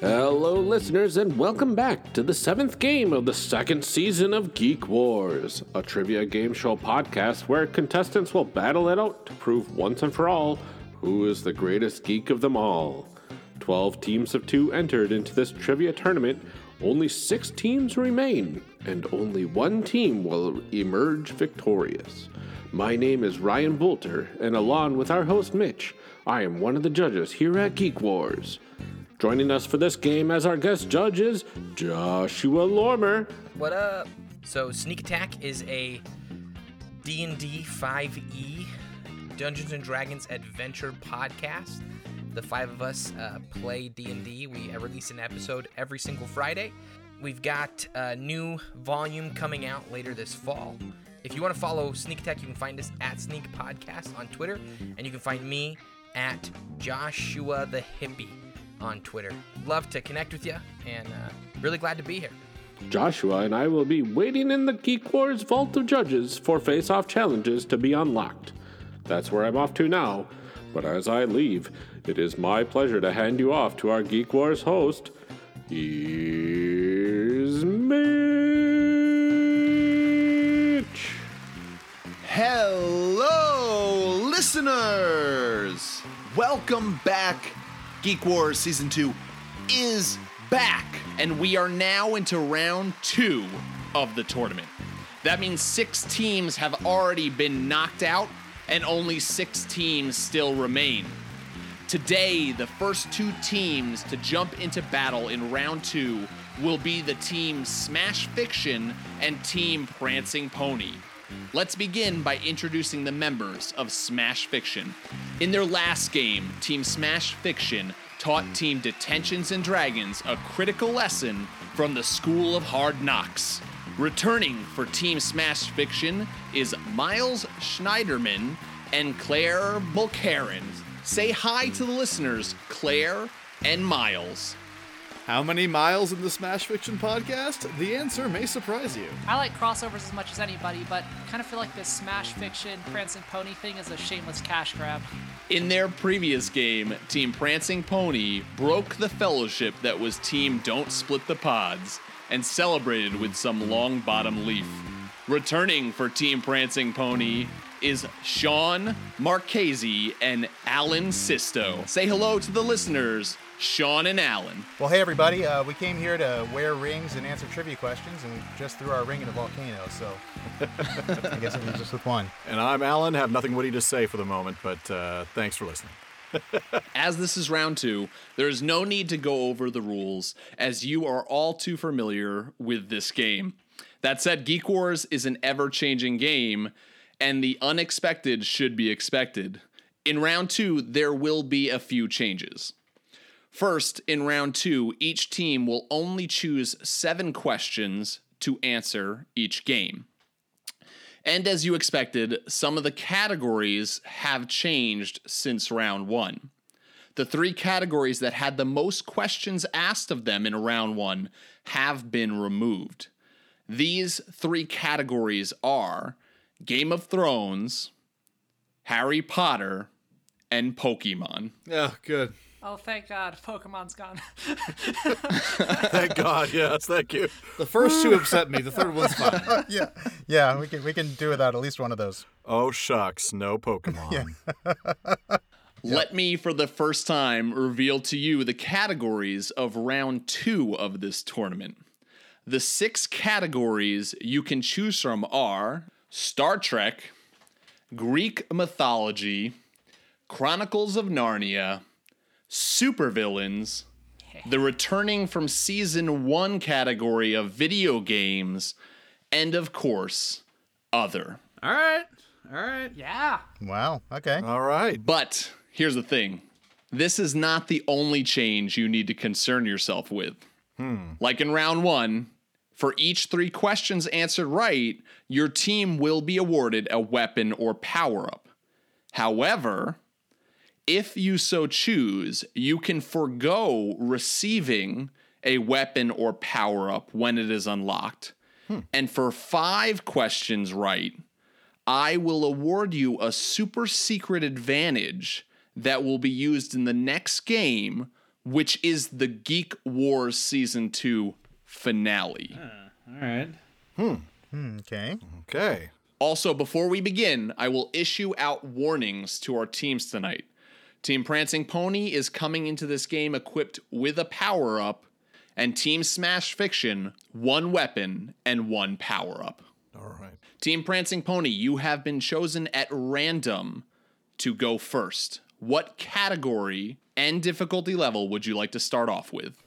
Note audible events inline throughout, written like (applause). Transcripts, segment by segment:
Hello, listeners, and welcome back to the seventh game of the second season of Geek Wars, a trivia game show podcast where contestants will battle it out to prove once and for all who is the greatest geek of them all. Twelve teams of two entered into this trivia tournament, only six teams remain, and only one team will emerge victorious. My name is Ryan Bolter, and along with our host Mitch, I am one of the judges here at Geek Wars. Joining us for this game as our guest judge is Joshua Lormer. What up? So Sneak Attack is a D&D 5e E Dungeons and Dragons adventure podcast. The five of us uh, play D&D. We uh, release an episode every single Friday. We've got a new volume coming out later this fall. If you want to follow Sneak Attack, you can find us at Sneak Podcast on Twitter, and you can find me at Joshua the Hippie on Twitter. Love to connect with you, and uh, really glad to be here. Joshua and I will be waiting in the Geek Wars Vault of Judges for face off challenges to be unlocked. That's where I'm off to now, but as I leave, it is my pleasure to hand you off to our Geek Wars host. Here's Mitch. Hello, listeners! Welcome back. Geek Wars Season 2 is back, and we are now into round two of the tournament. That means six teams have already been knocked out, and only six teams still remain. Today, the first two teams to jump into battle in round two will be the team Smash Fiction and team Prancing Pony. Let's begin by introducing the members of Smash Fiction. In their last game, Team Smash Fiction taught Team Detentions and Dragons a critical lesson from the School of Hard Knocks. Returning for Team Smash Fiction is Miles Schneiderman and Claire Bulcarin. Say hi to the listeners, Claire and Miles. How many miles in the Smash Fiction podcast? The answer may surprise you. I like crossovers as much as anybody, but kind of feel like this Smash Fiction Prancing Pony thing is a shameless cash grab. In their previous game, Team Prancing Pony broke the fellowship that was Team Don't Split the Pods and celebrated with some long bottom leaf. Returning for Team Prancing Pony is Sean Marchese and Alan Sisto. Say hello to the listeners, Sean and Alan. Well, hey everybody, uh, we came here to wear rings and answer trivia questions, and we just threw our ring at a volcano, so I guess it was just with one. (laughs) And I'm Alan, have nothing witty to say for the moment, but uh, thanks for listening. As this is round two, there is no need to go over the rules, as you are all too familiar with this game. That said, Geek Wars is an ever changing game, and the unexpected should be expected. In round two, there will be a few changes. First, in round two, each team will only choose seven questions to answer each game. And as you expected, some of the categories have changed since round one. The three categories that had the most questions asked of them in round one have been removed. These three categories are Game of Thrones, Harry Potter, and Pokemon. Oh, good. Oh, thank God, Pokemon's gone. (laughs) (laughs) Thank God. Yes, thank you. The first (laughs) two upset me. The third one's fine. yeah, yeah, we can we can do without at least one of those. Oh, shucks. No Pokemon. Let me, for the first time, reveal to you the categories of round two of this tournament. The six categories you can choose from are Star Trek, Greek mythology, Chronicles of Narnia, supervillains, the returning from season one category of video games, and of course, other. All right. All right. yeah. Wow. Okay. All right. But here's the thing this is not the only change you need to concern yourself with. Like in round one, for each three questions answered right, your team will be awarded a weapon or power up. However, if you so choose, you can forego receiving a weapon or power up when it is unlocked. And for five questions right, I will award you a super secret advantage that will be used in the next game which is the Geek Wars season two finale. All right. Hmm, Okay. Okay. Also, before we begin, I will issue out warnings to our teams tonight. Team Prancing Pony is coming into this game equipped with a power up, and Team Smash Fiction, one weapon and one power up. All right. Team Prancing Pony, you have been chosen at random to go first. What category and difficulty level would you like to start off with?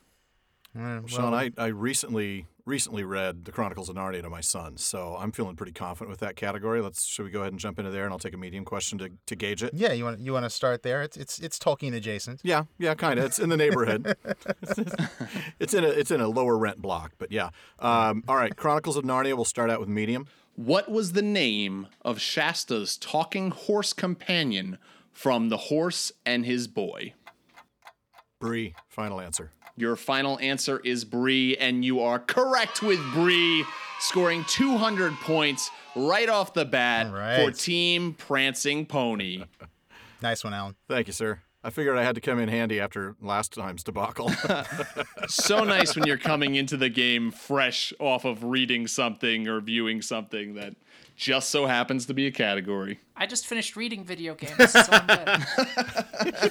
Uh, Mm-hmm. Sean, I, I recently recently read the Chronicles of Narnia to my son, so I'm feeling pretty confident with that category. Let's should we go ahead and jump into there, and I'll take a medium question to, to gauge it. yeah, you want you want to start there? It's it's it's Tolkien adjacent. Yeah, yeah, kind of. It's in the neighborhood. (laughs) it's in a it's in a lower rent block, but yeah. Um, all right, Chronicles of Narnia. We'll start out with medium. What was the name of Shasta's talking horse companion from The Horse and His Boy? Bree, final answer. Your final answer is Bree, and you are correct with Bree, scoring 200 points right off the bat All right. for Team Prancing Pony. Nice one, Alan. Thank you, sir. I figured I had to come in handy after last (laughs) time's debacle. (laughs) so nice when you're coming into the game fresh off of reading something or viewing something that just so happens to be a category. I just finished reading video games, so I'm good.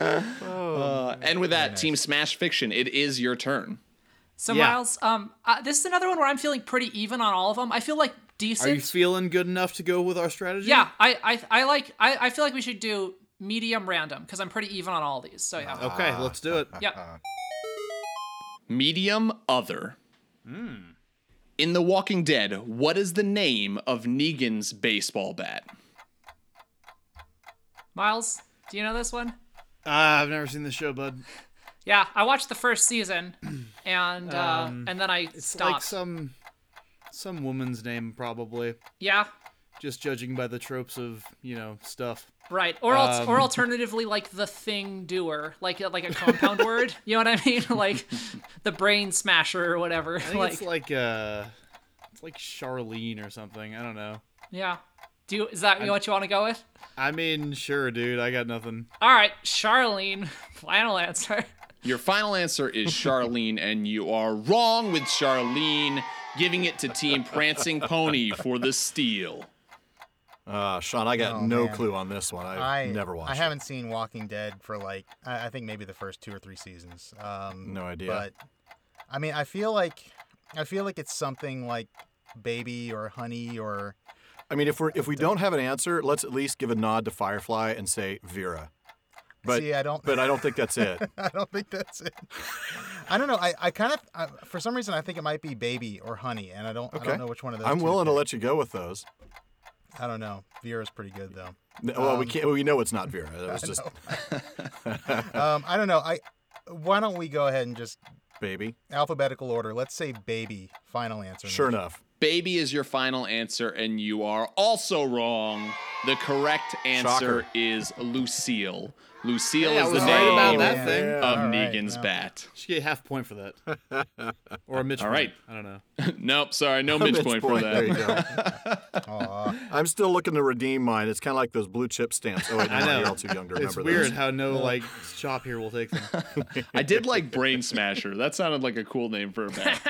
Uh, and with that, Team Smash Fiction, it is your turn. So Yeah. Miles, um, uh, this is another one where I'm feeling pretty even on all of them. I feel like Are you decent. feeling good enough to go with our strategy? yeah, I, I, I like. I, I feel like we should do medium random because I'm pretty even on all these. So yeah. Okay, Ah. let's do it. Yep. Medium Other. In The Walking Dead, what is the name of Negan's baseball bat? Miles, do you know this one? Uh, I've never seen this show, bud. Yeah, I watched the first season, (clears throat) and uh, and then I Um, It's stopped. like some some woman's name probably. yeah, Just judging by the tropes of, you know, stuff. right. Or al- Um, (laughs) or alternatively, like the thing doer, like like a compound word. You know what I mean? (laughs) Like the brain smasher or whatever. I think Like, it's like uh it's like Charlene or something. I don't know. yeah. Do you, is that what you want to go with? I mean, sure, dude. I got nothing. All right, Charlene. (laughs) Final answer. Your final answer is Charlene, and you are wrong with Charlene, giving it to Team Prancing Pony for the steal. uh, Sean, I got Oh, no man. clue on this one. I've I never watched. I it. haven't seen Walking Dead for like I, I think maybe the first two or three seasons. Um, No idea. But I mean, I feel like I feel like it's something like baby or honey or (laughs) I mean, if we're if we don't have an answer, let's at least give a nod to Firefly and say Vera. But See, I don't- But I don't think that's (laughs) it. I don't think that's it. I don't know. I, I kind of I, for some reason I think it might be baby or honey, and I don't I Okay. don't know which one of those. I'm two willing to pick. let you go with those. I don't know. Vera's pretty good though. N- Well, we can't. We know it's not Vera. That (laughs) was just Um, I don't know. I why don't we go ahead and just (laughs) baby. alphabetical order? Let's say baby. Final answer. Sure enough, Baby is your final answer, and you are also wrong. The correct answer Shocker. is Lucille. Lucille Hey, I is the was name right about that that thing. Yeah. of All right, Negan's well. bat. (laughs) She get half point for that. (laughs) or a Mitch. All right. point. I don't know. nope, sorry, no (laughs) midpoint point for There you that. go. (laughs) Aw. I'm still looking to redeem mine. It's kind of like those blue chip stamps. (laughs) Oh, wait, no, I know. you're all too young to remember It's those. weird how no like shop here will (laughs) take them. I did like Brain Smasher. That sounded like a cool name for a (laughs) bat.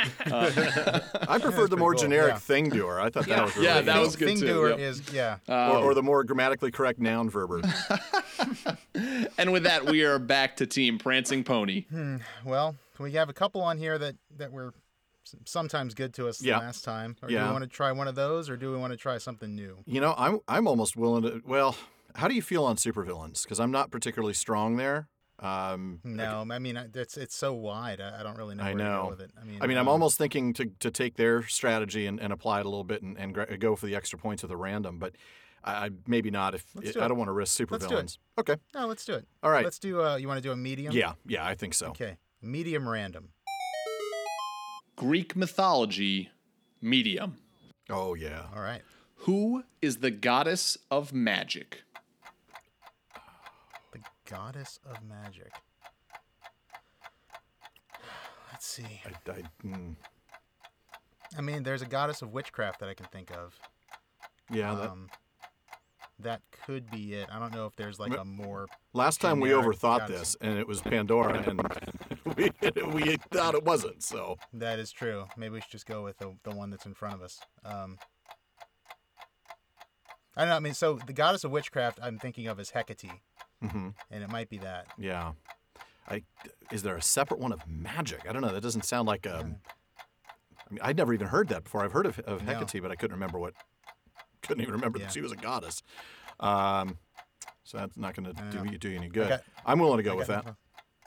I preferred the more cool, generic yeah. thing doer. I thought that was really Yeah, that cool. was good Thing too. doer yep. is yeah. Or, Oh. or the more grammatically correct (laughs) noun verber. And with that, we are back to Team Prancing Pony. Well, we have a couple on here that that were s- sometimes good to us the Yeah. last time. Or Do Yeah. we want to try one of those, or do we want to try something new? You know, I'm I'm almost willing to. Well, how do you feel on supervillains? Because I'm not particularly strong there. Um, No, I mean I- it's it's so wide. I, I don't really know I where to know. go with it. I mean, I mean, I'm um, almost thinking to, to take their strategy and, and apply it a little bit and, and gra- go for the extra points with the random, but I, I maybe not if Let's do I it. don't want to risk Let's do it. supervillains. Okay. No, let's do it. All right. Let's do. Uh, you want to do a medium? Yeah. Yeah. I think so. Okay. Medium random. Greek mythology, medium. Oh yeah. All right. Who is the goddess of magic? The goddess of magic. Let's see. I, I, mm, Uh. I mean, there's a goddess of witchcraft that I can think of. yeah. that, Um, that could be it. I don't know if there's like a more. Last time we generic overthought goddess. this, and it was Pandora, and (laughs) we, we thought it wasn't. So That is true. Maybe we should just go with the, the one that's in front of us. Um, I don't know. I mean, so the goddess of witchcraft I'm thinking of is Hecate, Mm-hmm. and it might be that. yeah, I is there a separate one of magic? I don't know. That doesn't sound like um. I mean, I'd never even heard that before. I've heard of, of No. Hecate, but I couldn't remember what. Couldn't even remember Yeah. that she was a goddess. Um, so that's not going to do you do you any good. Uh, got- I'm willing to go with got that.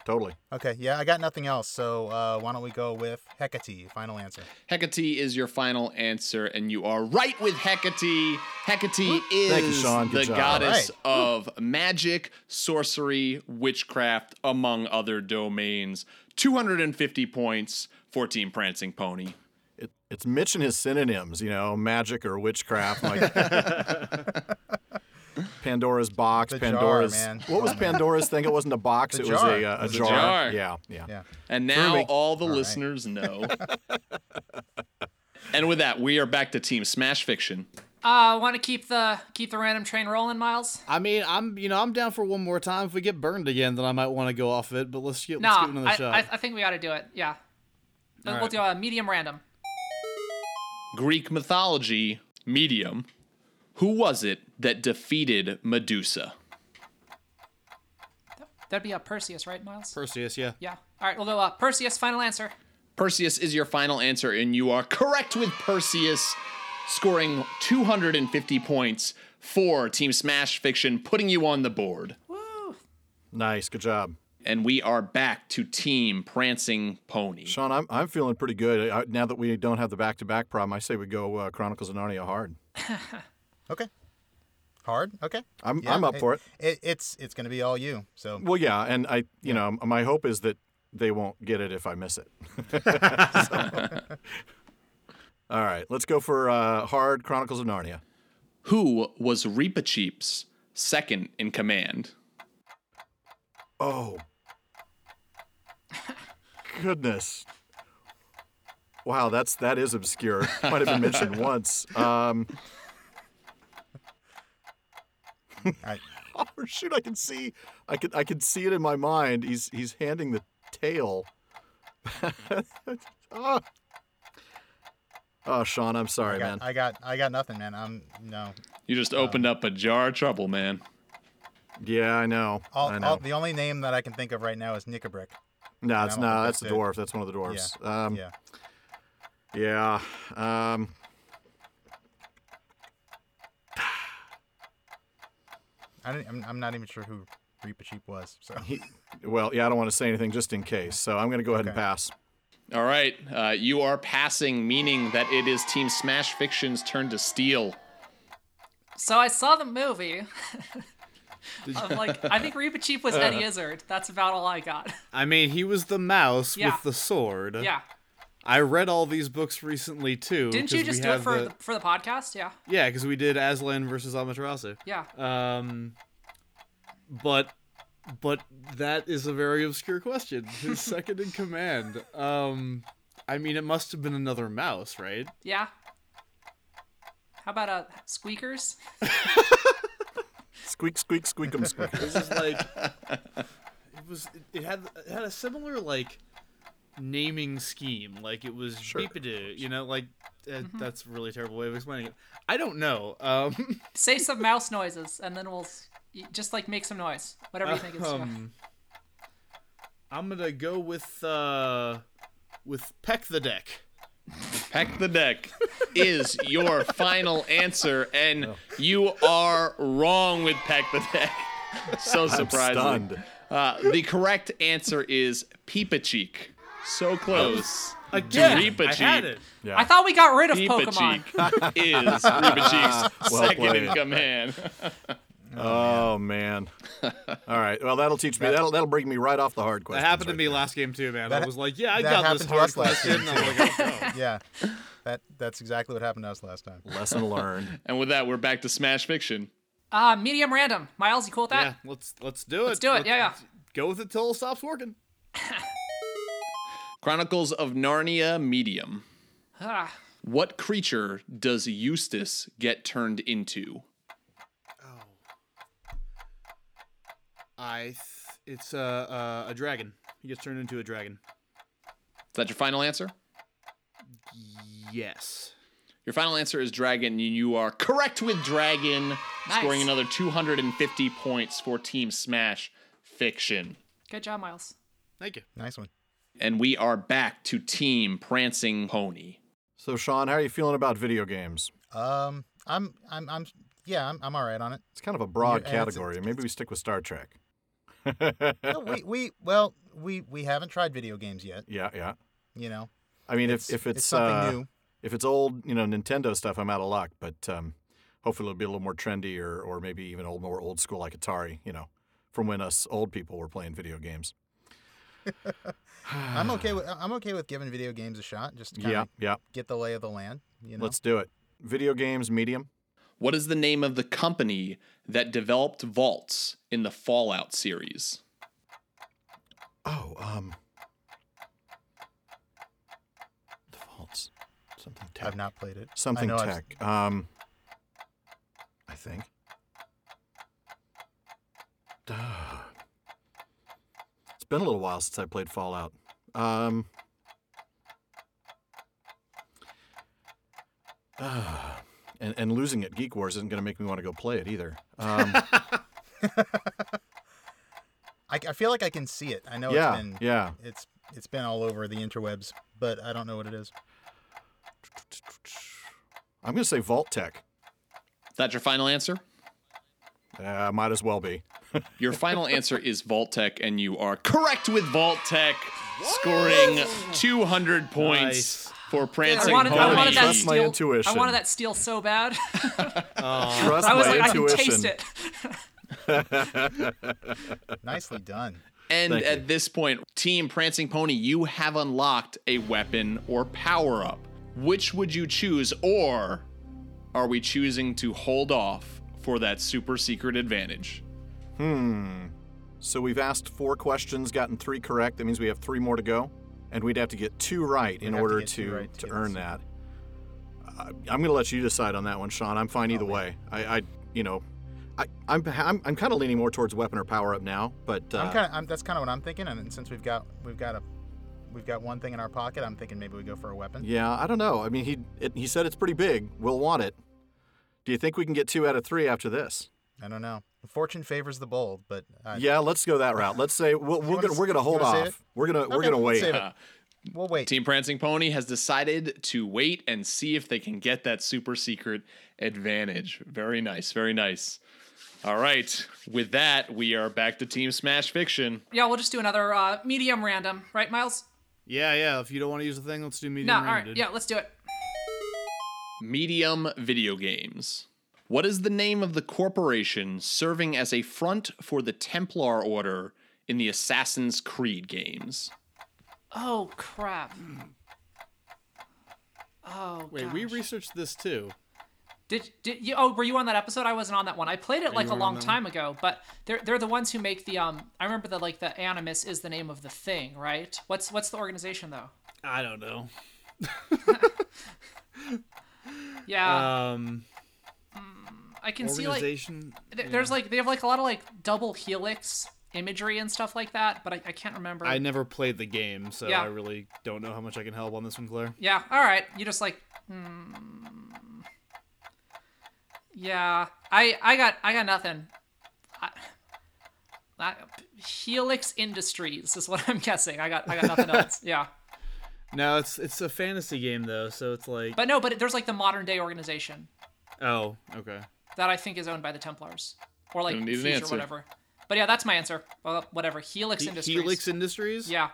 Totally. Okay, yeah, I got nothing else. So uh, why don't we go with Hecate? Final answer. Hecate is your final answer, and you are right with Hecate. Hecate is Thank you, Sean. Good the job. goddess All of magic, sorcery, witchcraft, among other domains. 250 points for Team Prancing Pony. It, it's Mitch and his synonyms, you know, magic or witchcraft, (laughs) like Pandora's box, The jar, Pandora's. man. What was Come on. Pandora's thing? It wasn't a box. The it was jar. a, uh, It a was a jar. jar. Yeah, yeah, Yeah. And now me. all the right. listeners know. (laughs) and with that, we are back to Team Smash Fiction. Uh, want to keep the keep the random train rolling, Miles? I mean, I'm you know I'm down for one more time. If we get burned again, then I might want to go off it. But let's get let's Nah, give it another I, shot. I, I think we ought to do it. Yeah, we'll do a medium random. Greek mythology, medium. Who was it that defeated Medusa? That'd be a Perseus, right, Miles? Perseus, yeah. yeah. All right, we'll go. Uh, Perseus, final answer. Perseus is your final answer, and you are correct with Perseus, scoring 250 points for Team Smash Fiction, putting you on the board. Nice, good job, And we are back to Team Prancing Pony. Sean. I'm I'm feeling pretty good I, now that we don't have the back-to-back problem. I say we go uh, Chronicles of Narnia hard. Okay. Hard. Okay. I'm Yeah, I'm up for it. it. It's it's gonna be all you. (laughs) So Well, yeah, and I, you know, my hope is that they won't get it if I miss it. (laughs) So- All right, let's go for uh, hard Chronicles of Narnia. Who was Reepicheep's second in command? Oh. Goodness. Wow, that's that is obscure. Might have been mentioned once. Um, I, oh, shoot, I can see, I can I can see it in my mind. He's he's handing the tail. (laughs) oh. oh, Sean, I'm sorry, I man. got, I got I got nothing, man. I'm no. You just opened up a jar of trouble, man. yeah, I know. All, I know. all, the only name that I can think of right now is Nickabrick. no, it's I don't think no, that's the that's it. dwarf. That's one of the dwarves. Um, Yeah. Yeah. Um, I don't, I'm, I'm not even sure who Reaper Cheap was. So (laughs) well, yeah, I don't want to say anything just in case. So I'm going to go ahead and Okay. pass. All right, uh, you are passing, meaning that it is Team Smash Fiction's turn to steal. So I saw the movie. I'm like, I (laughs) think Reba Cheap Uh. was Eddie Izzard. That's about all I got. (laughs) I mean, he was the mouse Yeah. with the sword. yeah. I read all these books recently too. Didn't you 'cause just we do it have for the- the... for the podcast? Yeah. Yeah, because we did Aslan versus Amaterasu. Yeah. Um, but but that is a very obscure question. His second in command. Um, I mean, it must have been another mouse, right? yeah. How about uh, squeakers? Squeak, squeak, squeakum, (laughs) squeak. This is like it was. It had it had a similar like naming scheme. Like it was Beepidoo, You know, like uh, Mm-hmm. that's a really terrible way of explaining it. I don't know. Um, (laughs) Say some mouse noises, and then we'll s- y- just like make some noise, whatever you think it's. yeah. um, I'm gonna go with uh, with Peck the Deck. Peck the deck is your final answer, and you are wrong with Peck the deck. So surprising. Stunned. Uh, the correct answer is Peepa Cheek. So close. Again, Reaper I had Chief. it. Yeah. I thought we got rid of Peepa Pokemon. Cheek (laughs) is Peepa Cheek's Well second in played. command. (laughs) Oh man. (laughs) All right. Well, that'll teach me. That'll that'll bring me right off the hard question. That happened to me last game too, man. I That- was like, yeah, I that got happened this to hard us last question. game, I'm like, oh, no. yeah, that that's exactly what happened to us last time. Lesson learned. And with that, we're back to Smash Fiction. Uh, medium random. Miles, you cool with that? yeah, let's let's do it. Let's do it, yeah, yeah. Go with it till it stops working. Chronicles of Narnia Medium. Ah, What creature does Eustace get turned into? Oh I. Th- it's uh, uh, a dragon. He gets turned into a dragon. that your final answer? Yes. Your final answer is dragon, and you are correct with dragon, scoring another 250 points for Team Smash Fiction. Good job, Miles. Thank you. Nice one. And we are back to Team Prancing Pony. So, Sean, how are you feeling about video games? Um, I'm, I'm, I'm, yeah, I'm, I'm all right on it. It's kind of a broad Yeah, it's- category. Maybe we stick with Star Trek. (laughs) No, we, we, well, we, we haven't tried video games yet. Yeah, yeah. You know, I mean, It's- if if it's it's, something uh, new. if it's old, you know, Nintendo stuff, I'm out of luck. But um, hopefully, it'll be a little more trendy, or or maybe even old, more old school like Atari. You know, from when us old people were playing video games. I'm okay with, I'm okay with giving video games a shot. Just kind of Yeah, yeah. get the lay of the land. You know, Let's do it. Video games, medium. What is the name of the company that developed vaults in the Fallout series? Oh, um, the vaults, something tech, I've not played it. I something know I've- tech. Um, I think. Duh. It's been a little while since I played Fallout. Um. (sighs) ah, and, and losing at Geek Wars isn't going to make me want to go play it either. (laughs) Um, I, I feel like I can see it. I know yeah, it's been yeah. it's it's been all over the interwebs, but I don't know what it is. I'm going to say Vault Tech. Is that your final answer? Uh, might as well be. Your final answer is Vault Tech, and you are correct with Vault Tech, scoring 200 points Nice. for I Prancing wanted, I Pony. wanted that Trust steel. my intuition. I wanted that steel so bad. (laughs) Trust I was my like, I intuition. can taste it. Nicely done. And Thank at you. this point, Team Prancing Pony, you have unlocked a weapon or power up. Which would you choose, or are we choosing to hold off for that super secret advantage? Hmm. So we've asked four questions, gotten three correct. That means we have three more to go, and we'd have to get two right in have to order get to two right to to get this. earn that. I, I'm going to let you decide on that one, Sean. I'm Oh, fine either way. I, I, you know, I, I'm I'm, I'm kind of leaning more towards weapon or power up now, but uh, I'm kind of I'm, that's kind of what I'm thinking. And since we've got we've got a we've got one thing in our pocket, I'm thinking maybe we go for a weapon. yeah, I don't know. I mean, he it, he said it's pretty big. We'll want it. Do you think we can get two out of three after this? I don't know. Fortune favors the bold, but uh, yeah, let's go that route. Let's say we'll, we're wanna gonna s- we're gonna you hold wanna save off. it? We're gonna we're okay, gonna we'll wait. (laughs) save it. We'll wait. Team Prancing Pony has decided to wait and see if they can get that super secret advantage. Very nice, very nice. All right, with that, we are back to Team Smash Fiction. Yeah, we'll just do another uh, medium random, right, Miles? Yeah, yeah. If you don't want to use the thing, let's do medium No, all random, right. dude. Yeah, let's do it. Medium Video Games. What is the name of the corporation serving as a front for the Templar Order in the Assassin's Creed games? Oh crap. Oh Wait, gosh. we researched this too. did did you? Oh, were you on that episode? I wasn't on that one. I played it like a long time ago, but they're they're the ones who make the um. I remember that like the Animus is the name of the thing, right? What's what's the organization though? I don't know. Yeah, Um, I can see like th- organization. there's like they have like a lot of like double helix imagery and stuff like that, but I, I can't remember. I never played the game, so Yeah. I really don't know how much I can help on this one, Claire. Yeah. All right. You just like. Hmm. Yeah. I I got I got nothing. I, I, Helix Industries is what (laughs) I'm guessing. I got I got nothing (laughs) else. Yeah. No, it's it's a fantasy game though, so it's like. But no. But there's like the modern day organization oh, okay. that I think is owned by the Templars or like Don't need an Future answer. whatever. But yeah, that's my answer. Well, whatever. Helix He- Industries. Helix Industries. Yeah.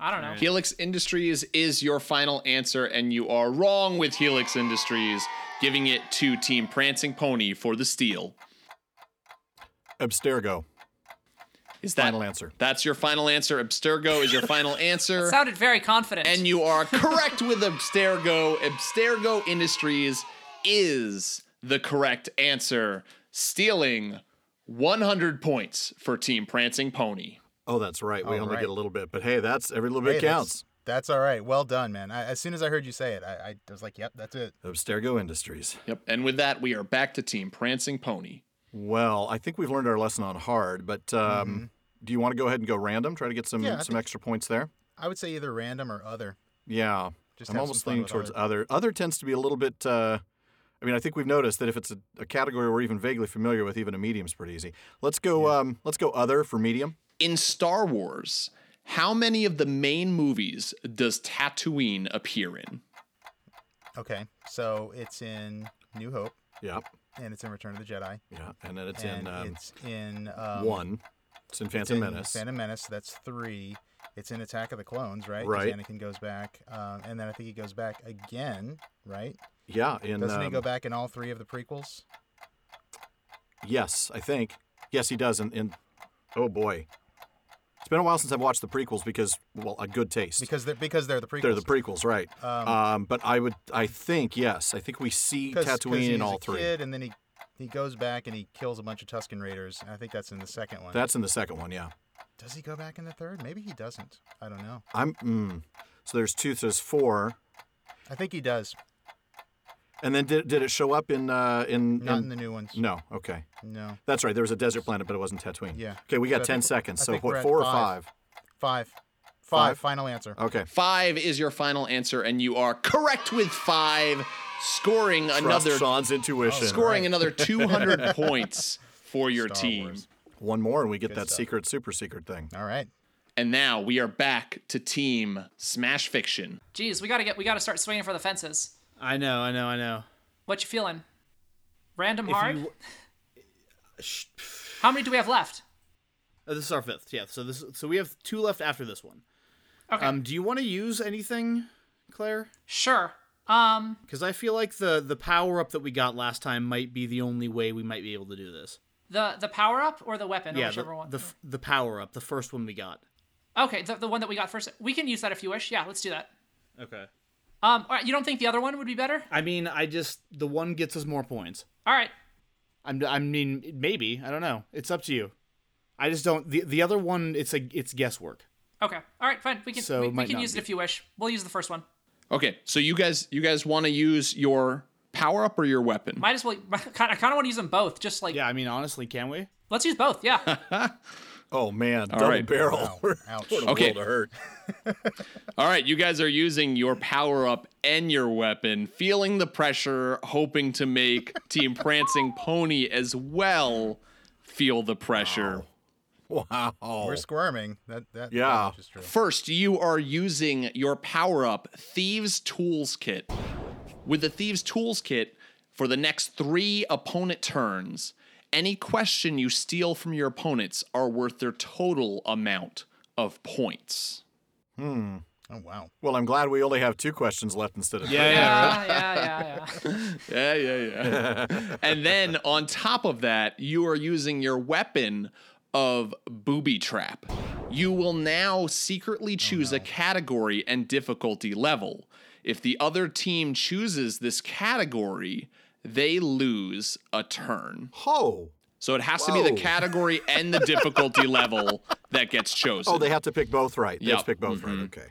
I don't know. Helix Industries is your final answer, and you are wrong with Helix Industries, giving it to Team Prancing Pony for the steal. Abstergo. Is that Final answer. That's your final answer. Abstergo is your (laughs) final answer. Sounded very confident. And you are correct with Abstergo. Abstergo Industries is the correct answer, stealing 100 points for Team Prancing Pony. Oh, that's right. We All only right. get a little bit, but hey, that's every little Hey, bit that's- counts. That's, all right. Well done, man. I, as soon as I heard you say it, I, I was like, "Yep, that's it." Abstergo Industries. Yep. And with that, we are back to Team Prancing Pony. Well, I think we've learned our lesson on hard, but um, do you want to go ahead and go random? Try to get some Mm-hmm. Yeah, I some think- extra points there. I would say either random or other. Yeah, Just I'm have some almost fun leaning with towards other. Other tends to be a little bit. Uh, I mean, I think we've noticed that if it's a, a category we're even vaguely familiar with, even a medium's pretty easy. Let's go. Um, let's go other for medium. In Star Wars, how many of the main movies does Tatooine appear in? Okay, so it's in New Hope Yeah, and it's in Return of the Jedi yeah, and then it's and in um, it's in um, one. It's in it's Phantom in Menace. Phantom Menace. That's three. It's in Attack of the Clones, right? 'Cause Right. Anakin goes back, um, and then I think he goes back again, right? Yeah, in Doesn't he um, go back in all three of the prequels? Yes, I think. Yes, he does. And, and oh boy, it's been a while since I've watched the prequels because, well, a good taste. Because they're because they're the prequels. they're the prequels, right? Um, but I would, I think, yes, I think we see 'Cause- 'cause Tatooine he's in all a three. Kid, and then he he goes back and he kills a bunch of Tusken Raiders. And I think that's in the second one. That's in the second one, yeah. Does he go back in the third? Maybe he doesn't. I don't know. I'm mm. so there's two, so there's four, I think he does. and then did, did it show up in uh, in, Not in the new ones. no? Okay, No. that's right. There was a desert planet, but it wasn't Tatooine. Yeah. Okay, we So got I ten think- seconds. I So think we're what? at Four five. Five. Five? Oh. Five. Final answer. or five? Okay. Five is your final answer, and you are correct with five, scoring Trust another Sean's intuition. scoring another 200 points for your team. One more, and we get that stuff. secret, super secret thing. All right. And now we are back to Team Smash Fiction. Jeez, we gotta get we gotta start swinging for the fences. I know, I know, I know. What you feeling? Random If hard. you- How many do we have left? Oh, this is our fifth, yeah. So this, so we have two left after this one. Okay. Um, do you want to use anything, Claire? sure. Um. Because I feel like the the power up that we got last time might be the only way we might be able to do this. The the power up or the weapon, or yeah, the whichever one. the, f- the power up, the first one we got. okay, the, the one that we got first. We can use that if you wish. Yeah, let's do that. Okay. Um. All right, you don't think the other one would be better? I mean, I just the one gets us more points. All right. I'm, I mean, maybe I don't know. It's up to you. I just don't. The the other one, it's a it's guesswork. Okay. All right. Fine. We can So we, it we might can not use be. it if you wish. We'll use the first one. Okay, so you guys you guys want to use your power up or your weapon? Might as well. (laughs) I kind of want to use them both. Just like Yeah, I mean, honestly, can we? let's use both. (laughs) Yeah. Ah, Oh man, double right. barrel. Ouch. Okay. World of hurt. All right, you guys are using your power up and your weapon, feeling the pressure, hoping to make Team Prancing Pony as well feel the pressure. Wow. We're squirming. That that Yeah. that's true. First, you are using your power up Thieves Tools Kit. With the Thieves Tools Kit, for the next three opponent turns, any question you steal from your opponents are worth their total amount of points. Oh wow. Well, I'm glad we only have two questions left instead of three. yeah. Yeah. Yeah. Yeah, Yeah. yeah, yeah. (laughs) and then on top of that, you are using your weapon of booby trap. You will now Oh, secretly choose a category and difficulty level. If the other team chooses this category, they lose a turn. Ho. So it has to be Whoa. the category and the (laughs) difficulty level that gets chosen. Oh, they have to pick both right. They have to Yep. Mm-hmm. pick both right. Okay.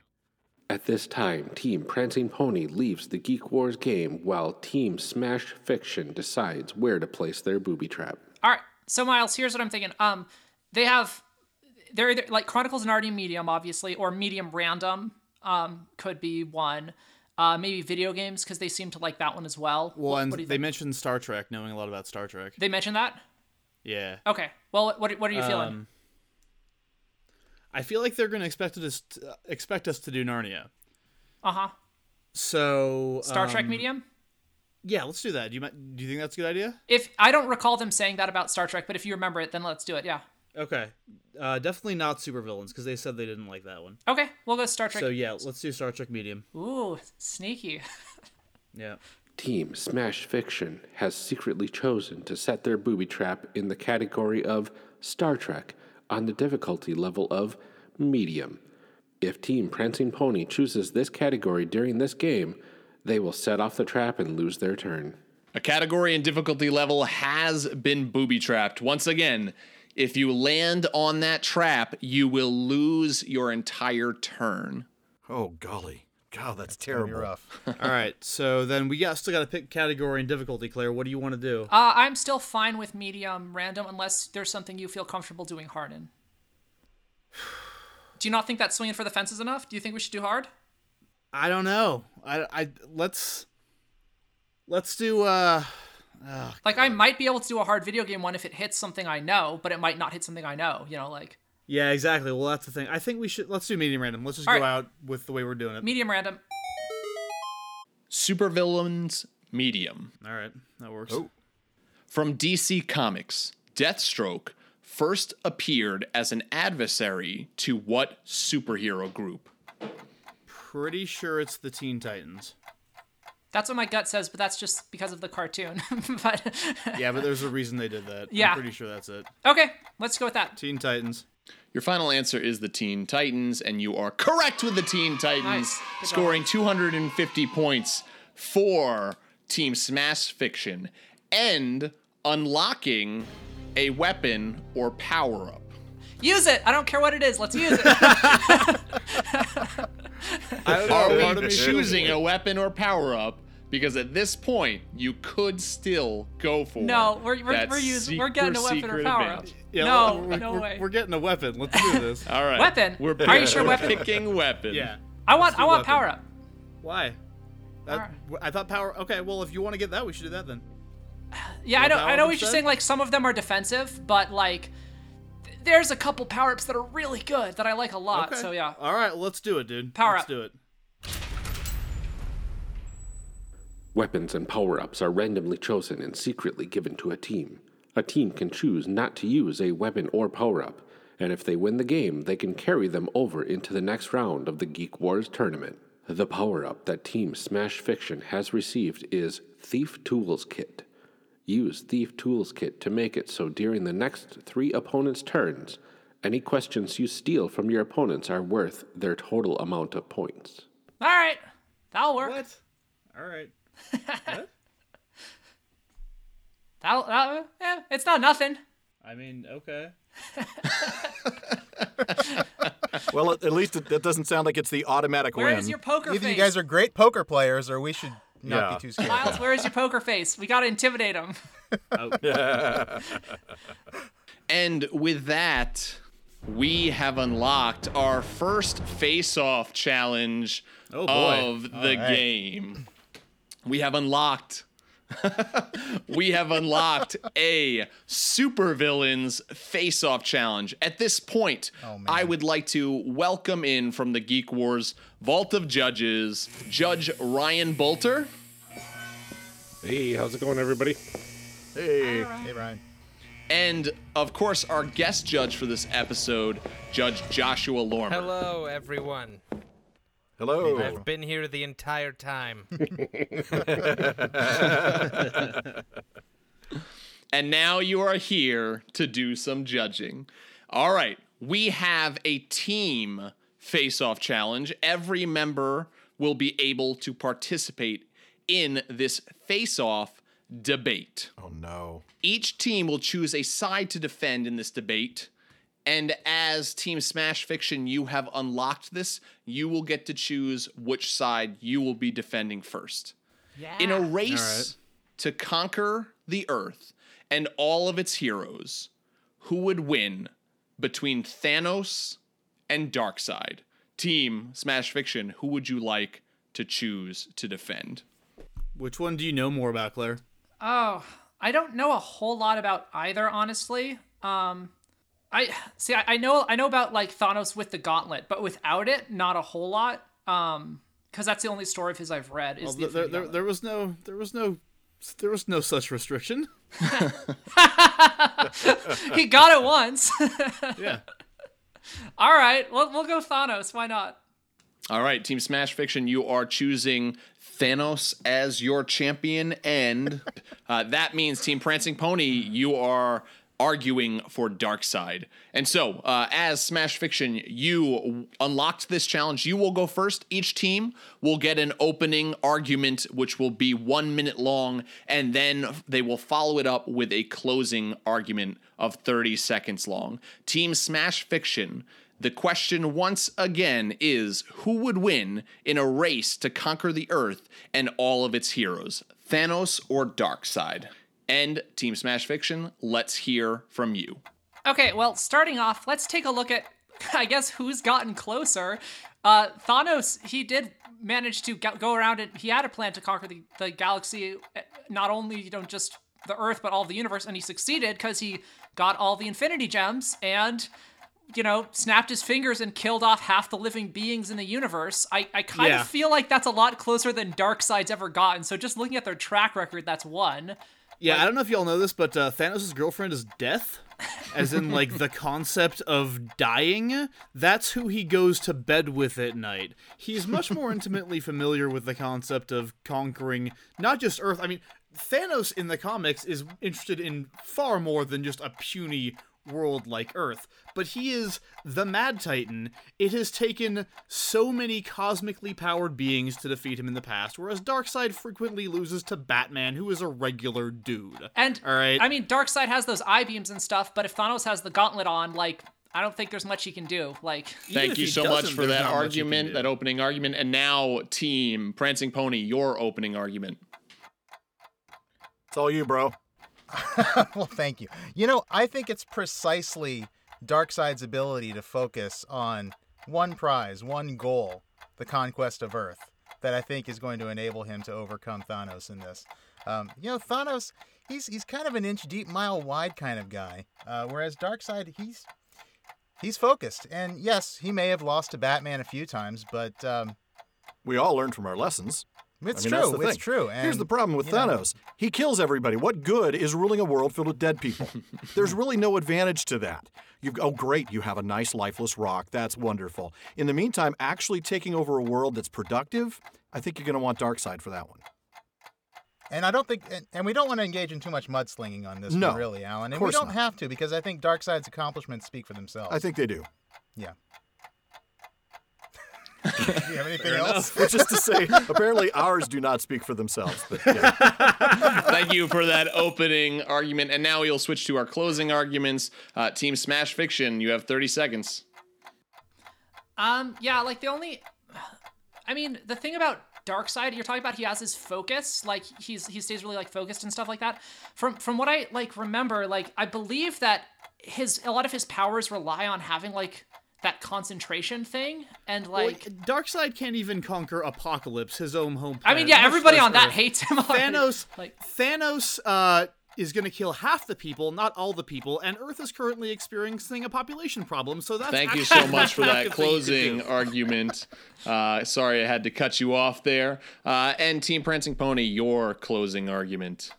At this time, Team Prancing Pony leaves the Geek Wars game while Team Smash Fiction decides where to place their booby trap. All right. So Miles, here's what I'm thinking. Um, they have they're either like Chronicles and Narnia medium, obviously, or medium random. Um, could be one. Uh, maybe video games because they seem to like that one as well. Well, What- and what do you they think? mentioned Star Trek, knowing a lot about Star Trek. they mentioned that. Yeah. Okay. Well, what what are you feeling? Um, I feel like they're going to expect us to, expect us to do Narnia. Uh huh. So Star Trek um, medium. Yeah, let's do that. Do you mi- do you think that's a good idea? If I don't recall them saying that about Star Trek, but if you remember it, then let's do it. Yeah. Okay. Uh, definitely not supervillains because they said they didn't like that one. Okay. We'll go Star Trek. So yeah, let's do Star Trek medium. Ooh, sneaky. (laughs) (laughs) Yeah. Team Smash Fiction has secretly chosen to set their booby trap in the category of Star Trek on the difficulty level of medium. If Team Prancing Pony chooses this category during this game, they will set off the trap and lose their turn. A category and difficulty level has been booby trapped. Once again, if you land on that trap, you will lose your entire turn. Oh golly. God, that's Pretty terrible. rough. All right, so then we got still got to pick category and difficulty, Claire. What do you want to do? Uh, I'm still fine with medium random unless there's something you feel comfortable doing hard in. Do you not think that's swinging for the fences enough? Do you think we should do hard? I don't know. I, I let's let's do uh Like I might be able to do a hard video game one if it hits something I know, but it might not hit something I know. You know, like yeah, exactly. Well, that's the thing. I think we should let's do medium random. Let's just All go right. out with the way we're doing it. medium random. Supervillains Medium. All right, that works. Oh. From DC Comics, Deathstroke first appeared as an adversary to what superhero group? Pretty sure it's the Teen Titans. That's what my gut says, but that's just because of the cartoon. (laughs) but Yeah, but there's a reason they did that. Yeah. I'm pretty sure that's it. (laughs) okay, let's go with that. Teen Titans. Your final answer is the Teen Titans, and you are correct with the Teen Titans, Nice. Good scoring 250 points for Team Smash Fiction and unlocking a weapon or power up. Use it. I don't care what it is. Let's use (laughs) it. Are we choosing a weapon or power up? Because at this point, you could still go for No, we're we're, that we're using we're secret, getting a weapon or secret power up. advantage. no, we're, no we're- way. We're getting a weapon. Let's do this. (laughs) All right. Weapon? We're Are you sure we're weapon? Picking weapon. yeah. I want do I want weapon. power up. Why? That, Alright. w- I thought power. Okay, well, if you want to get that, we should do that then. Yeah, I know. power I know what up you're instead? saying. Like some of them are defensive, but like th- there's a couple power ups that are really good that I like a lot. Okay. Uh, So yeah, All right, well, let's do it, dude. Power let's up. do it. Weapons and power ups are randomly chosen and secretly given to a team. A team can choose not to use a weapon or power up, and if they win the game, they can carry them over into the next round of the Geek Wars tournament. The power up that Team Smash Fiction has received is Thief Tools Kit. Use Thief Tools Kit to make it so during the next three opponents' turns, any questions you steal from your opponents are worth their total amount of points. all right, that'll work. What? All right. That'll, that'll eh, it's not nothing. I mean, okay. Well, at, at least it, that doesn't sound like it's the automatic Where win. is your poker Either face? you guys are great poker players, or we should not Yeah. be too scared. Miles, where is your poker face? We gotta intimidate him. And with that, we have unlocked our first face off challenge Oh, boy. of the game. We have unlocked. we have unlocked a supervillains face off challenge. At this point, Oh, I would like to welcome in from the Geek Wars Vault of Judges, Judge Ryan Bolter. Hey, how's it going, everybody? hey, Hey, Ryan. And of course, our guest judge for this episode, Judge Joshua Lormer. Hello, everyone. hello. I've been here the entire time. And now you are here to do some judging. All right, we have a team face off challenge. Every member will be able to participate in this face off debate. Oh no. Each team will choose a side to defend in this debate. And as Team Smash Fiction, you have unlocked this, you will get to choose which side you will be defending first. In a race to conquer the Earth and all of its heroes, who would win between Thanos and Darkseid? Team Smash Fiction, who would you like to choose to defend? Which one do you know more about, Claire? (laughs) Oh, I don't know a whole lot about either, honestly. Um, I see. I, I know. I know about like Thanos with the gauntlet, but without it, not a whole lot. Um, because that's the only story of his I've read. Is the There, there, Infinity there, Gauntlet. was no, there was no, there was no (laughs) such restriction. he got it once. (laughs) Yeah. All right, we'll, we'll go Thanos. Why not? All right, Team Smash Fiction, you are choosing Thanos as your champion, and (laughs) uh, that means Team Prancing Pony, you are arguing for Darkseid. And so, uh, as Smash Fiction, you unlocked this challenge. You will go first. Each team will get an opening argument, which will be one minute long, and then they will follow it up with a closing argument of 30 seconds long. Team Smash Fiction The question once again is who would win in a race to conquer the Earth and all of its heroes, Thanos or Darkseid? And Team Smash Fiction, let's hear from you. Okay, well, starting off, let's take a look at, (laughs) I guess, who's gotten closer. Uh, Thanos, he did manage to go go around and he had a plan to conquer the, the galaxy, eh, not only, you know, just the Earth, but all of the universe, and he succeeded because he got all the Infinity Gems and, you know, snapped his fingers and killed off half the living beings in the universe. I, I kind Yeah. of feel like that's a lot closer than Darkseid's ever gotten. So just looking at their track record, that's one. Yeah, I don't know if y'all know this, but uh, Thanos' girlfriend is death, as in like the concept of dying. That's who he goes to bed with at night. He's much more intimately familiar with the concept of conquering not just Earth. I mean, Thanos in the comics is interested in far more than just a puny world like Earth, but he is the Mad Titan. It has taken so many cosmically powered beings to defeat him in the past, whereas Darkseid frequently loses to Batman, who is a regular dude. And All right. I mean, Darkseid has those eye beams and stuff, but if Thanos has the gauntlet on, like, I don't think there's much he can do. Like, Thank if you he so much doesn't, for there's that not much you can argument, do. that opening argument. And now, Team Prancing Pony, your opening argument. It's all you, bro. (laughs) well, thank you. You know, I think it's precisely Darkseid's ability to focus on one prize, one goal, the conquest of Earth, that I think is going to enable him to overcome Thanos in this. Um, you know, Thanos, he's he's kind of an inch deep, mile wide kind of guy, uh, whereas Darkseid, he's he's focused. And yes, he may have lost to Batman a few times, but um, We all learn from our lessons. I it's mean, that's true. the It's thing. true. And, Here's the problem with you know- Thanos. He kills everybody. What good is ruling a world filled with dead (laughs) people? There's really no advantage to that. You oh great, you have a nice lifeless rock. That's wonderful. In the meantime, actually taking over a world that's productive, I think you're going to want Darkseid for that one. And I don't think, and, and we don't want to engage in too much mudslinging on this No, one, really, Alan. And of we course don't not. have to because I think Darkseid's accomplishments speak for themselves. I think (laughs) they do. yeah. Do you have anything else? Which is to say, apparently ours do not speak for themselves. But (laughs) yeah. Thank you for (laughs) that opening argument. And now we'll switch to our closing arguments. Uh, Team Smash Fiction, you have 30 seconds. um, yeah, like the only, I mean, the thing about Darkseid, you're talking about he has his focus, like he's he stays really like focused and stuff like that. From from what I like remember, like I believe that his a lot of his powers rely on having like that concentration thing and like. Like, Darkseid can't even conquer Apocalypse, his own home I planet. mean, yeah, much everybody less on that Earth. hates him. (laughs) already. Thanos. like, Thanos uh, is going to kill half the people, not all the people, and Earth is currently experiencing a population problem. So that's Thank you actually (laughs) so much for not that the thing to closing do. argument. Uh, sorry I had to cut you off there. Uh, and Team Prancing Pony, your closing argument.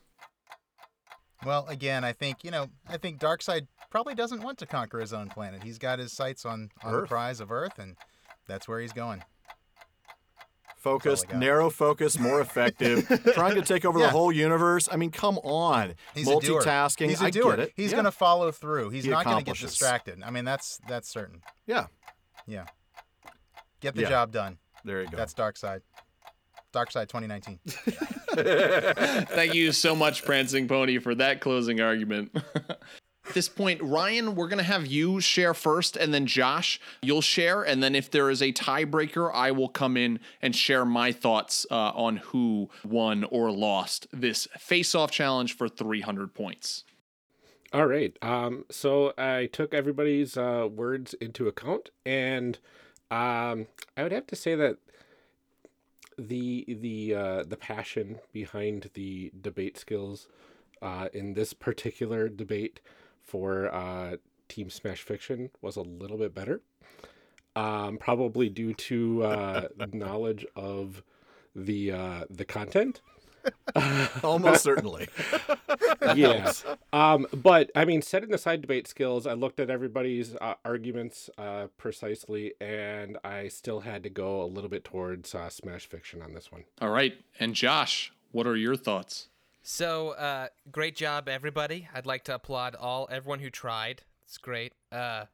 Well, again, I think you know, I think Darkseid probably doesn't want to conquer his own planet. He's got his sights on on the Earth. prize of Earth, and that's where he's going. Focused, got. narrow focus, more effective. trying to take over the Yeah. whole universe. I mean, come on. He's A Multitasking. doer. He's a I doer. get it. He's Yeah. going to follow through. He's He not going to get accomplishes. distracted. I mean, that's that's certain. Yeah. Yeah. Get the Yeah. job done. There you go. That's Darkseid. Darkseid 2019. Thank you so much, Prancing Pony, for that closing argument. (laughs) At this point, Ryan, we're going to have you share first, and then Josh, you'll share. And then if there is a tiebreaker, I will come in and share my thoughts uh, on who won or lost this face off challenge for 300 points. All right. Um, so I took everybody's uh, words into account, and um, I would have to say that the the uh, the passion behind the debate skills uh, in this particular debate for uh, Team Smash Fiction was a little bit better, um, probably due to uh, knowledge of the uh, the content. Almost certainly. yeah. Um, but I mean, setting aside debate skills, I looked at everybody's uh, arguments uh, precisely, and I still had to go a little bit towards uh, Smash Fiction on this one. All right. And Josh, what are your thoughts? So, uh, great job, everybody. I'd like to applaud all everyone who tried. It's great. Uh,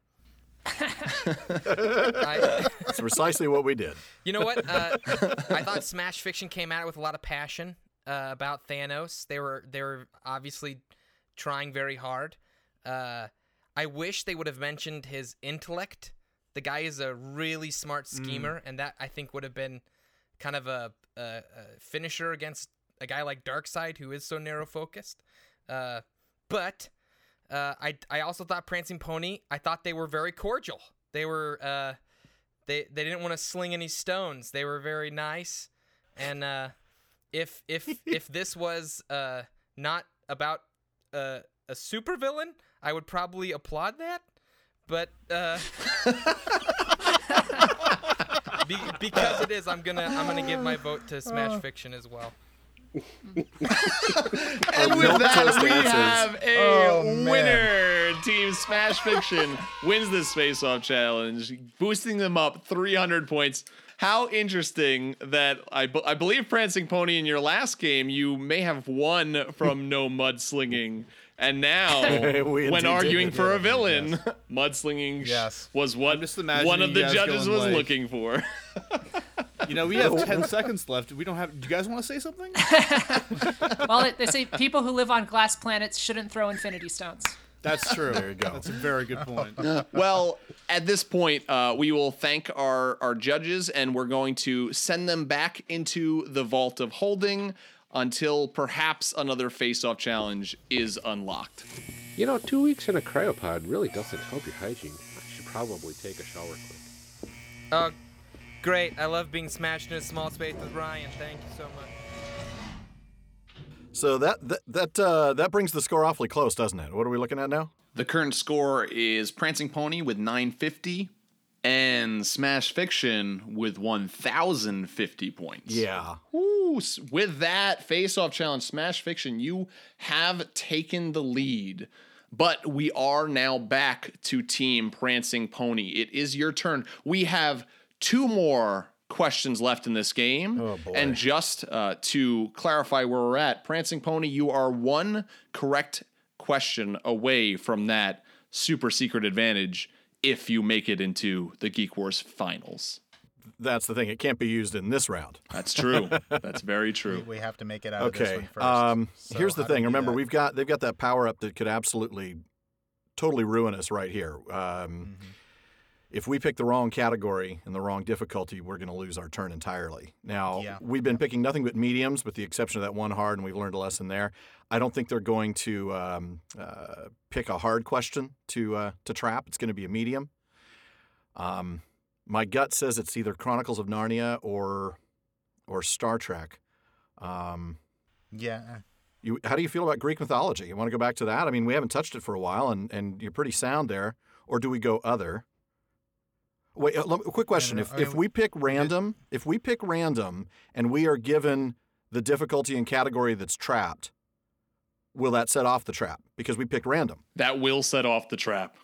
I, It's precisely what we did. you know what? Uh, I thought Smash Fiction came at it with a lot of passion uh, about Thanos. They were they were obviously trying very hard. Uh, I wish they would have mentioned his intellect The guy is a really smart schemer, and that I think would have been kind of a, a, a finisher against a guy like Darkseid, who is so narrow focused. Uh, but uh, I I also thought Prancing Pony. I thought they were very cordial. They were uh, they they didn't want to sling any stones. They were very nice. And uh, if if if this was uh, not about uh, a supervillain, I would probably applaud that. But uh, be, because it is, I'm gonna I'm gonna give my vote to Smash Fiction as well. (laughs) And milk with that, toast we answers. have a Oh, man. winner. Team Smash Fiction wins this face off challenge, boosting them up 300 points. How interesting that I, b- I believe Prancing Pony in your last game, you may have won from no mudslinging. And now, We when indeed arguing did. for a villain, mudslinging sh- Yes. was what just imagining one of you the guys judges going was like- looking for. You know, we have 10 seconds left. We don't have. Do you guys want to (laughs) say something? Well, they- they say people who live on glass planets shouldn't throw infinity stones. That's true. There you go. That's a very good (laughs) point. well, at this point, uh, we will thank our, our judges and we're going to send them back into the vault of holding until perhaps another face off challenge is unlocked. You know, two weeks in a cryopod really doesn't help your hygiene. I should probably take a shower quick. Uh, great. I love being smashed in a small space with Ryan. Thank you so much. So that that that, uh, that brings the score awfully close, doesn't it? What are we looking at now? The current score is Prancing Pony with 950 and Smash Fiction with 1,050 points. Yeah. Ooh, s- with that face off challenge, Smash Fiction, you have taken the lead. But we are now back to Team Prancing Pony. It is your turn. We have two more questions left in this game. And just uh, to clarify where we're at, Prancing Pony, you are one correct question away from that super secret advantage if you make it into the Geek Wars finals. That's the thing. It can't be used in this round. That's true. That's very true. We have to make it out of this Okay. one first. Um, So here's the how do we thing. do Remember, that? we've got they've got that power up that could absolutely, totally ruin us right here. Um, Mm-hmm. If we pick the wrong category and the wrong difficulty, we're going to lose our turn entirely. Now Yeah. we've been picking nothing but mediums, with the exception of that one hard, and we've learned a lesson there. I don't think they're going to um, uh, pick a hard question to uh, to trap. It's going to be a medium. Um, my gut says it's either Chronicles of Narnia or or Star Trek. Um, Yeah. you, how do you feel about Greek mythology? You want to go back to that? I mean, we haven't touched it for a while, and, and you're pretty sound there. Or do we go other? Wait, uh, let me- quick question: no, If I if mean, we pick random, if we pick random, and we are given the difficulty and category that's trapped, will that set off the trap because we picked random? That will set off the trap.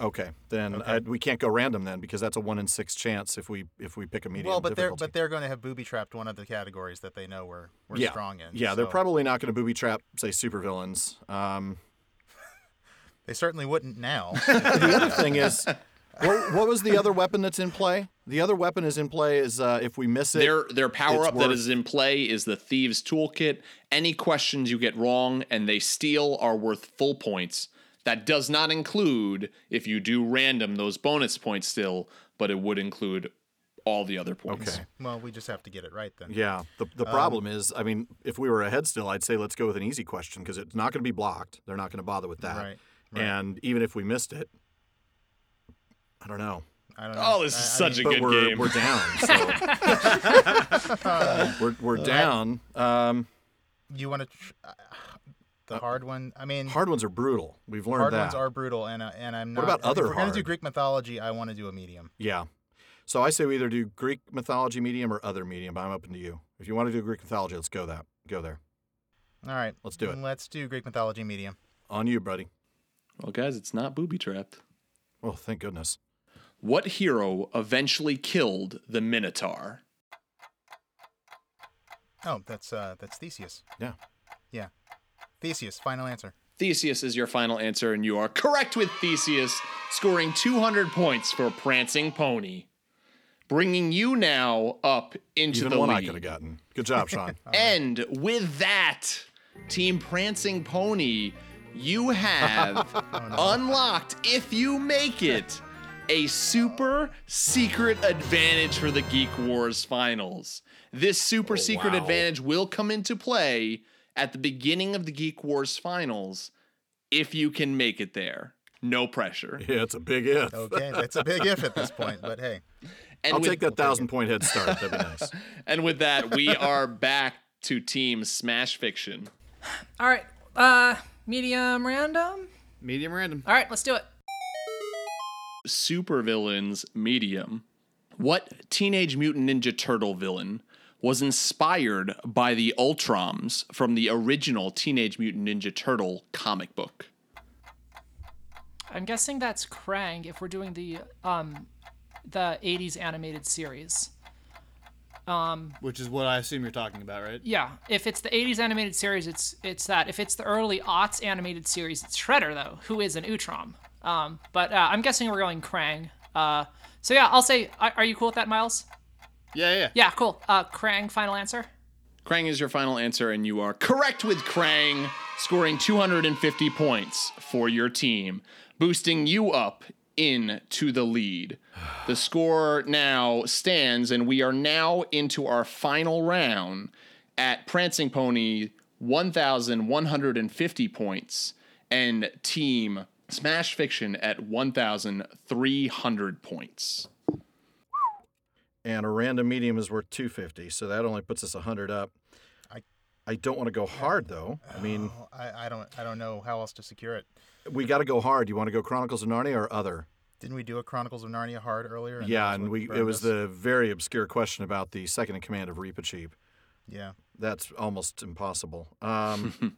Okay, then I, we can't go random then because that's a one in six chance if we if we pick a medium. Well, but they're difficulty. but they're going to have booby trapped one of the categories that they know we're we're yeah. strong in. Yeah, they're so probably not going to booby trap say supervillains. Um, They certainly wouldn't now. (laughs) the other thing is, what, what was the other weapon that's in play? The other weapon is in play is uh, if we miss it. Their their power it's up that worth- is in play is the thieves toolkit. Any questions you get wrong and they steal are worth full points. That does not include if you do random those bonus points still, but it would include all the other points. Okay. well, we just have to get it right then. Yeah. The, Um, the problem is, I mean, if we were ahead still, I'd say let's go with an easy question because it's not going to be blocked. They're not going to bother with that. Right, right. And even if we missed it, I don't know. I don't know. Oh, this is such a but good we're, game. we're down. (laughs) So. we're we're down. Um, You want to tr- uh, (sighs) the hard one? I mean, Uh, hard ones are brutal. We've learned hard that. ones are brutal, and uh, and I'm not. about if other We're going to do hard? Greek mythology. I want to do a medium. Yeah. So I say we either do Greek mythology medium or other medium. I'm open to you. If you want to do Greek mythology, let's go that. Go there. All right, Mm, Let's do it. Let's do Greek mythology medium. On you, buddy. Well, guys, it's not booby trapped. Well, thank goodness. What hero eventually killed the Minotaur? Oh, that's uh, that's Theseus. Yeah. Yeah, Theseus. Final answer. Theseus is your final answer, and you are correct with Theseus, scoring 200 points for Prancing Pony, bringing you now up into Even the one I lead. could have gotten. Good job, Sean. And with that, Team Prancing (laughs) Oh, Pony, you have unlocked, if you make it, a super secret advantage for the Geek Wars finals. This Oh, super secret wow. advantage will come into play at the beginning of the Geek Wars finals if you can make it there. No pressure. Yeah, it's a big if. Okay, that's a big if at this point, but hey. And I'll with- take that thousand point head start. That'd be nice. And with that, (laughs) we are back to Team Smash Fiction. All right. Uh, medium random. Medium random. All right, let's do it. supervillains medium. What Teenage Mutant Ninja Turtle villain was inspired by the Ultrams from the original Teenage Mutant Ninja Turtle comic book? I'm guessing that's Krang if we're doing the um the 80s animated series. Which is what I assume you're talking about, right? Yeah, if it's the 80s animated series, it's it's that. If it's the early aughts animated series, it's Shredder though, who is an Utrom. Um, but uh, I'm guessing we're going Krang. Uh, so yeah, I'll say, are are you cool with that, Miles? Yeah, yeah. Yeah, cool. Uh, Krang, final answer. Krang is your final answer, and you are correct with Krang, scoring 250 points for your team, boosting you up into the lead. (sighs) The score now stands, and we are now into our final round at Prancing Pony 1,150 points and Team Smash Fiction at 1,300 points. and a random medium is worth 250 so that only puts us 100 up i i don't want to go hard though i mean Well, I, I don't I don't know how else to secure it. we got to go hard you want to go chronicles of narnia or other Didn't we do a Chronicles of Narnia hard earlier? that yeah was and what we it burned was us? the very obscure question about the second in command of reaper cheap yeah. that's almost impossible (laughs) um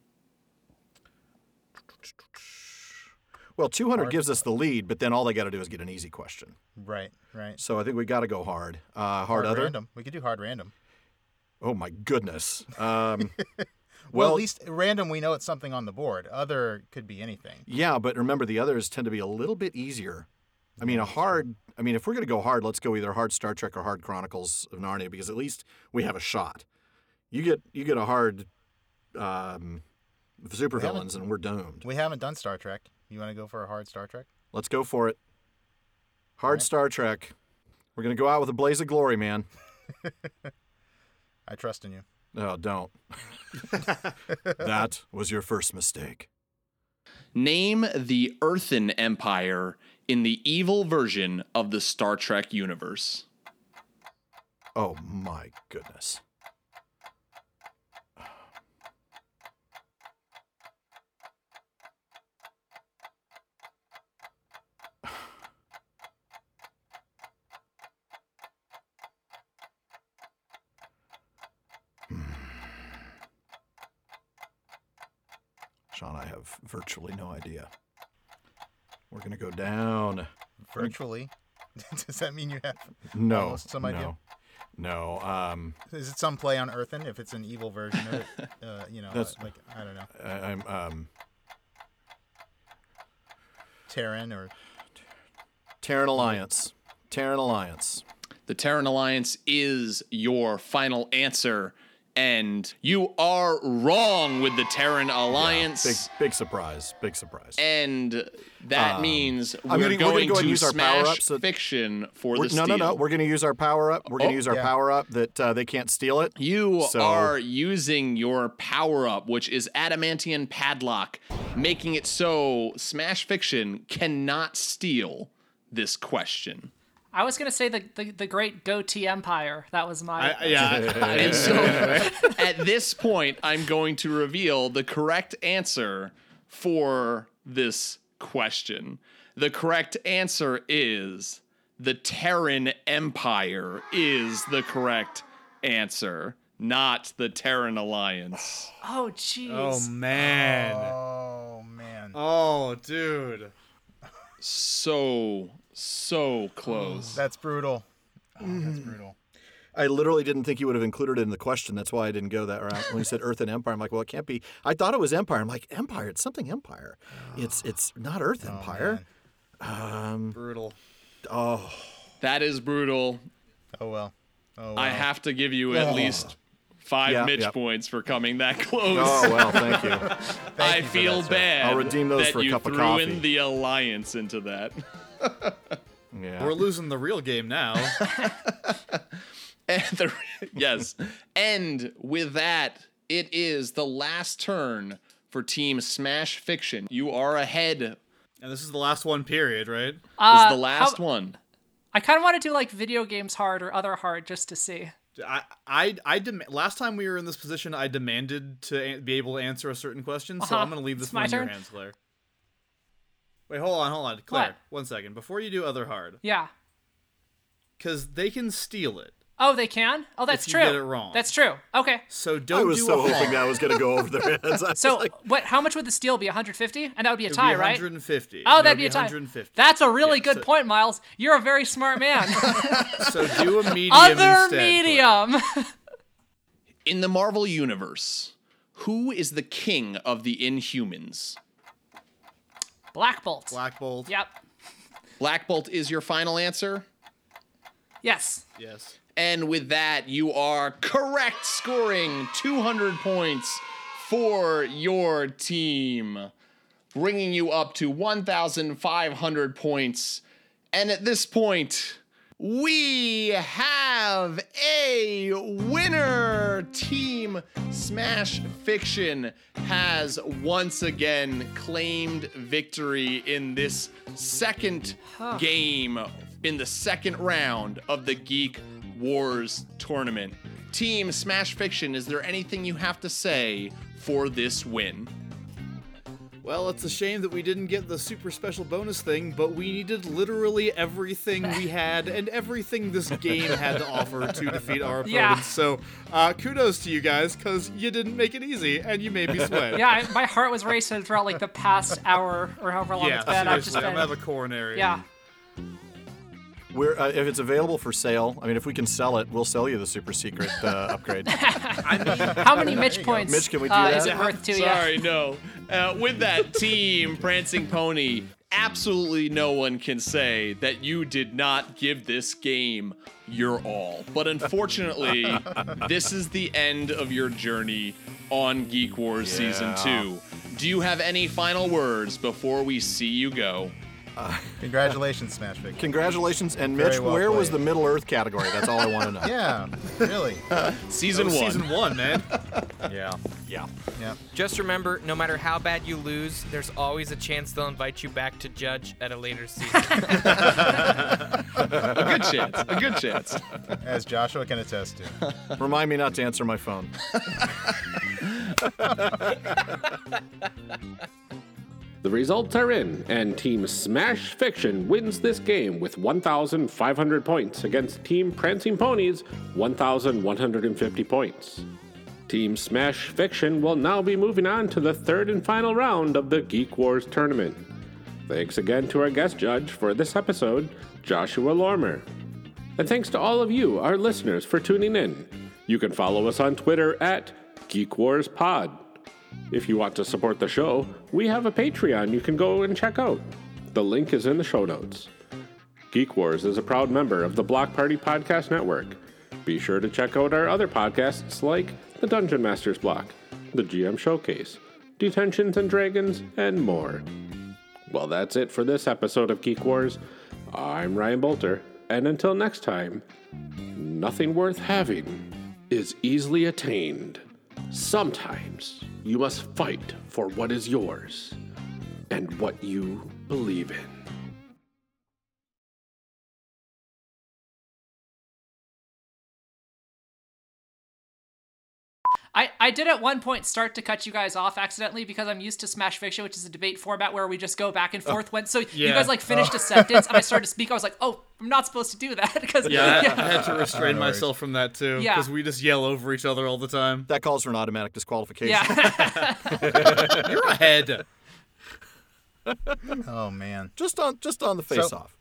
Well, 200 gives us the lead, but then all they got to do is get an easy question. Right, right. So I think we got to go hard. Uh, hard, other. random. We could do hard random. Oh my goodness. Um, (laughs) Well, well, at least random we know it's something on the board. Other could be anything. Yeah, but remember the others tend to be a little bit easier. I mean, a hard. I mean, if we're going to go hard, let's go either hard Star Trek or hard Chronicles of Narnia because at least we have a shot. You get you get a hard um, supervillains and we're doomed. We haven't done Star Trek. You want to go for a hard Star Trek? Let's go for it. Hard Star Trek. We're going to go out with a blaze of glory, man. I trust in you. No, don't. that was your first mistake. Name the Earthen Empire in the evil version of the Star Trek universe. Oh my goodness. (sighs) Sean, I have virtually no idea. We're going to go down. Virtually. (laughs) Does that mean you have? No. Almost some no, idea. No. Um, Is it some play on Earthen? If it's an evil version of it, (laughs) uh, you know, That's- like I don't know, I, I'm. Um, Terran or Terran Alliance. Terran Alliance. The Terran Alliance is your final answer, and you are wrong with the Terran Alliance. Big, Um, big surprise. Big surprise. and that means we're I'm gonna- we're gonna going go ahead to and use our smash power-ups so- fiction for We're- the no, steal. no, no. We're going to use our power up. We're going Oh, to use our yeah. power up that uh, they can't steal it. You So- are using your power up, which is adamantian padlock, making it so Smash Fiction cannot steal this question. I was gonna say the the, the Great Goatee Empire. That was my. I, yeah. (laughs) I- And so at this point, I'm going to reveal the correct answer for this question. The correct answer is the Terran Empire is the correct answer, not the Terran Alliance. oh jeez. oh man. oh man, Oh, dude. So, so close. that's brutal. Oh, Mm-hmm. that's brutal. I literally didn't think you would have included it in the question. That's why I didn't go that route. When you said Earth and Empire, I'm like, well, it can't be. I thought it was Empire. I'm like, Empire. It's something Empire. It's it's not Earth Empire. Oh. Brutal. That is brutal. Oh well. Oh well. I have to give you at least five Oh. Yeah, Mitch yeah. points for coming that close. (laughs) Oh well, thank you. I you for feel that, sir. bad. I'll redeem those that for a you cup of threw coffee. in the alliance into that. Yeah. We're losing the real game (laughs) now. (laughs) And the, yes. And with that, it is the last turn for Team Smash Fiction. You are ahead. and this is the last one, period, right? This is Uh, the last how- one. I kind of want to do like video games hard or other hard just to see. I, I, I dem- last time we were in this position, I demanded to an- be able to answer a certain question, so Uh-huh. I'm going to leave this It's my one in your turn. hands, Claire. Wait, hold on, hold on. Claire, one second. Before you do other hard, Yeah. because they can steal it. Oh, they can. Oh, that's If you true. get it wrong. That's true. Okay. So (laughs) don't I was do so a hoping hard. that was going to go over their heads. (laughs) I was So like, what? How much would the steal be? 150, and that would be a It'd tie, be right? 150. Oh, No, that'd it'd be a tie. 150. That's a really Yeah, good so- point, Miles. You're a very smart (laughs) man. (laughs) So do a medium Other instead, Claire. medium. (laughs) In the Marvel Universe, who is the king of the Inhumans? Black Bolt. Black Bolt. Yep. Black Bolt is your final answer. Yes. Yes. And with that, you are correct, scoring 200 points for your team, bringing you up to 1,500 points. And at this point, we have a winner! Team Smash Fiction has once again claimed victory in this second game in the second round of the Geek Wars tournament. Team Smash Fiction, is there anything you have to say for this win? Well, it's a shame that we didn't get the super special bonus thing, but we needed literally everything (laughs) we had and everything this game had to offer to defeat our opponents. Yeah. So, uh, kudos to you guys, because you didn't make it easy and (laughs) you made me sweat. Yeah. I, my heart was racing throughout like the past hour or however long Yeah, it's been. I've seriously, just I'm been. gonna have a coronary. yeah. we're, uh, if it's available for sale, I mean, if we can sell it, we'll sell you the super secret (laughs) uh, upgrade. How many Mitch points? Mitch, can we do uh, that? is it worth to you? Sorry, no. Uh, with (laughs) that team, Prancing Pony, absolutely no one can say that you did not give this game your all. But unfortunately, (laughs) this is the end of your journey on Geek Wars Yeah. Season 2. Do you have any final words before we see you go? Congratulations, Smash Fiction. (laughs) Congratulations, and Very Mitch, well where was the played. Middle Earth category? That's all I want to know. Yeah, really. Season 1. Oh, Season one, man. Yeah. (laughs) yeah. (laughs) Yeah. Just remember, no matter how bad you lose, there's always a chance they'll invite you back to judge at a later season. A good chance. A good (laughs) chance. As Joshua can attest to. Remind me not to answer my phone. The results are in, and Team Smash Fiction wins this game with 1,500 points against Team Prancing Ponies, 1,150 points. Team Smash Fiction will now be moving on to the third and final round of the Geek Wars tournament. Thanks again to our guest judge for this episode, Joshua Lormer. And thanks to all of you, our listeners, for tuning in. You can follow us on Twitter at Geek Wars Pod. If you want to support the show, we have a Patreon you can go and check out. The link is in the show notes. Geek Wars is a proud member of the Block Party Podcast Network. Be sure to check out our other podcasts like The Dungeon Masters Block, The GM Showcase, Detentions and Dragons, and more. Well, that's it for this episode of Geek Wars. I'm Ryan Bolter, and until next time, nothing worth having is easily attained. Sometimes you must fight for what is yours and what you believe in. I, I did at one point start to cut you guys off accidentally because I'm used to Smash Fiction, which is a debate format where we just go back and forth. when so you Oh, yeah. Oh. guys like finished a sentence and I (laughs) started to speak, I was like, oh, I'm not supposed to do that (laughs) because Yeah, I (laughs) had to restrain No worries. myself from that too, Yeah. because we just yell over each other all the time. That calls for an automatic disqualification. yeah. (laughs) You're ahead. Oh man. Just on just on the face off.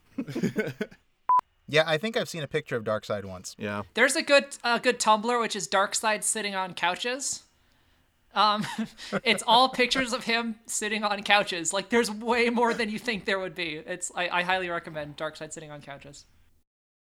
Yeah, I think I've seen a picture of Darkseid once. Yeah. There's a good a good Tumblr which is Dark Side sitting on couches. Um, (laughs) it's all pictures of him sitting on couches. Like there's way more than you think there would be. It's I, I highly recommend Dark Side sitting on couches.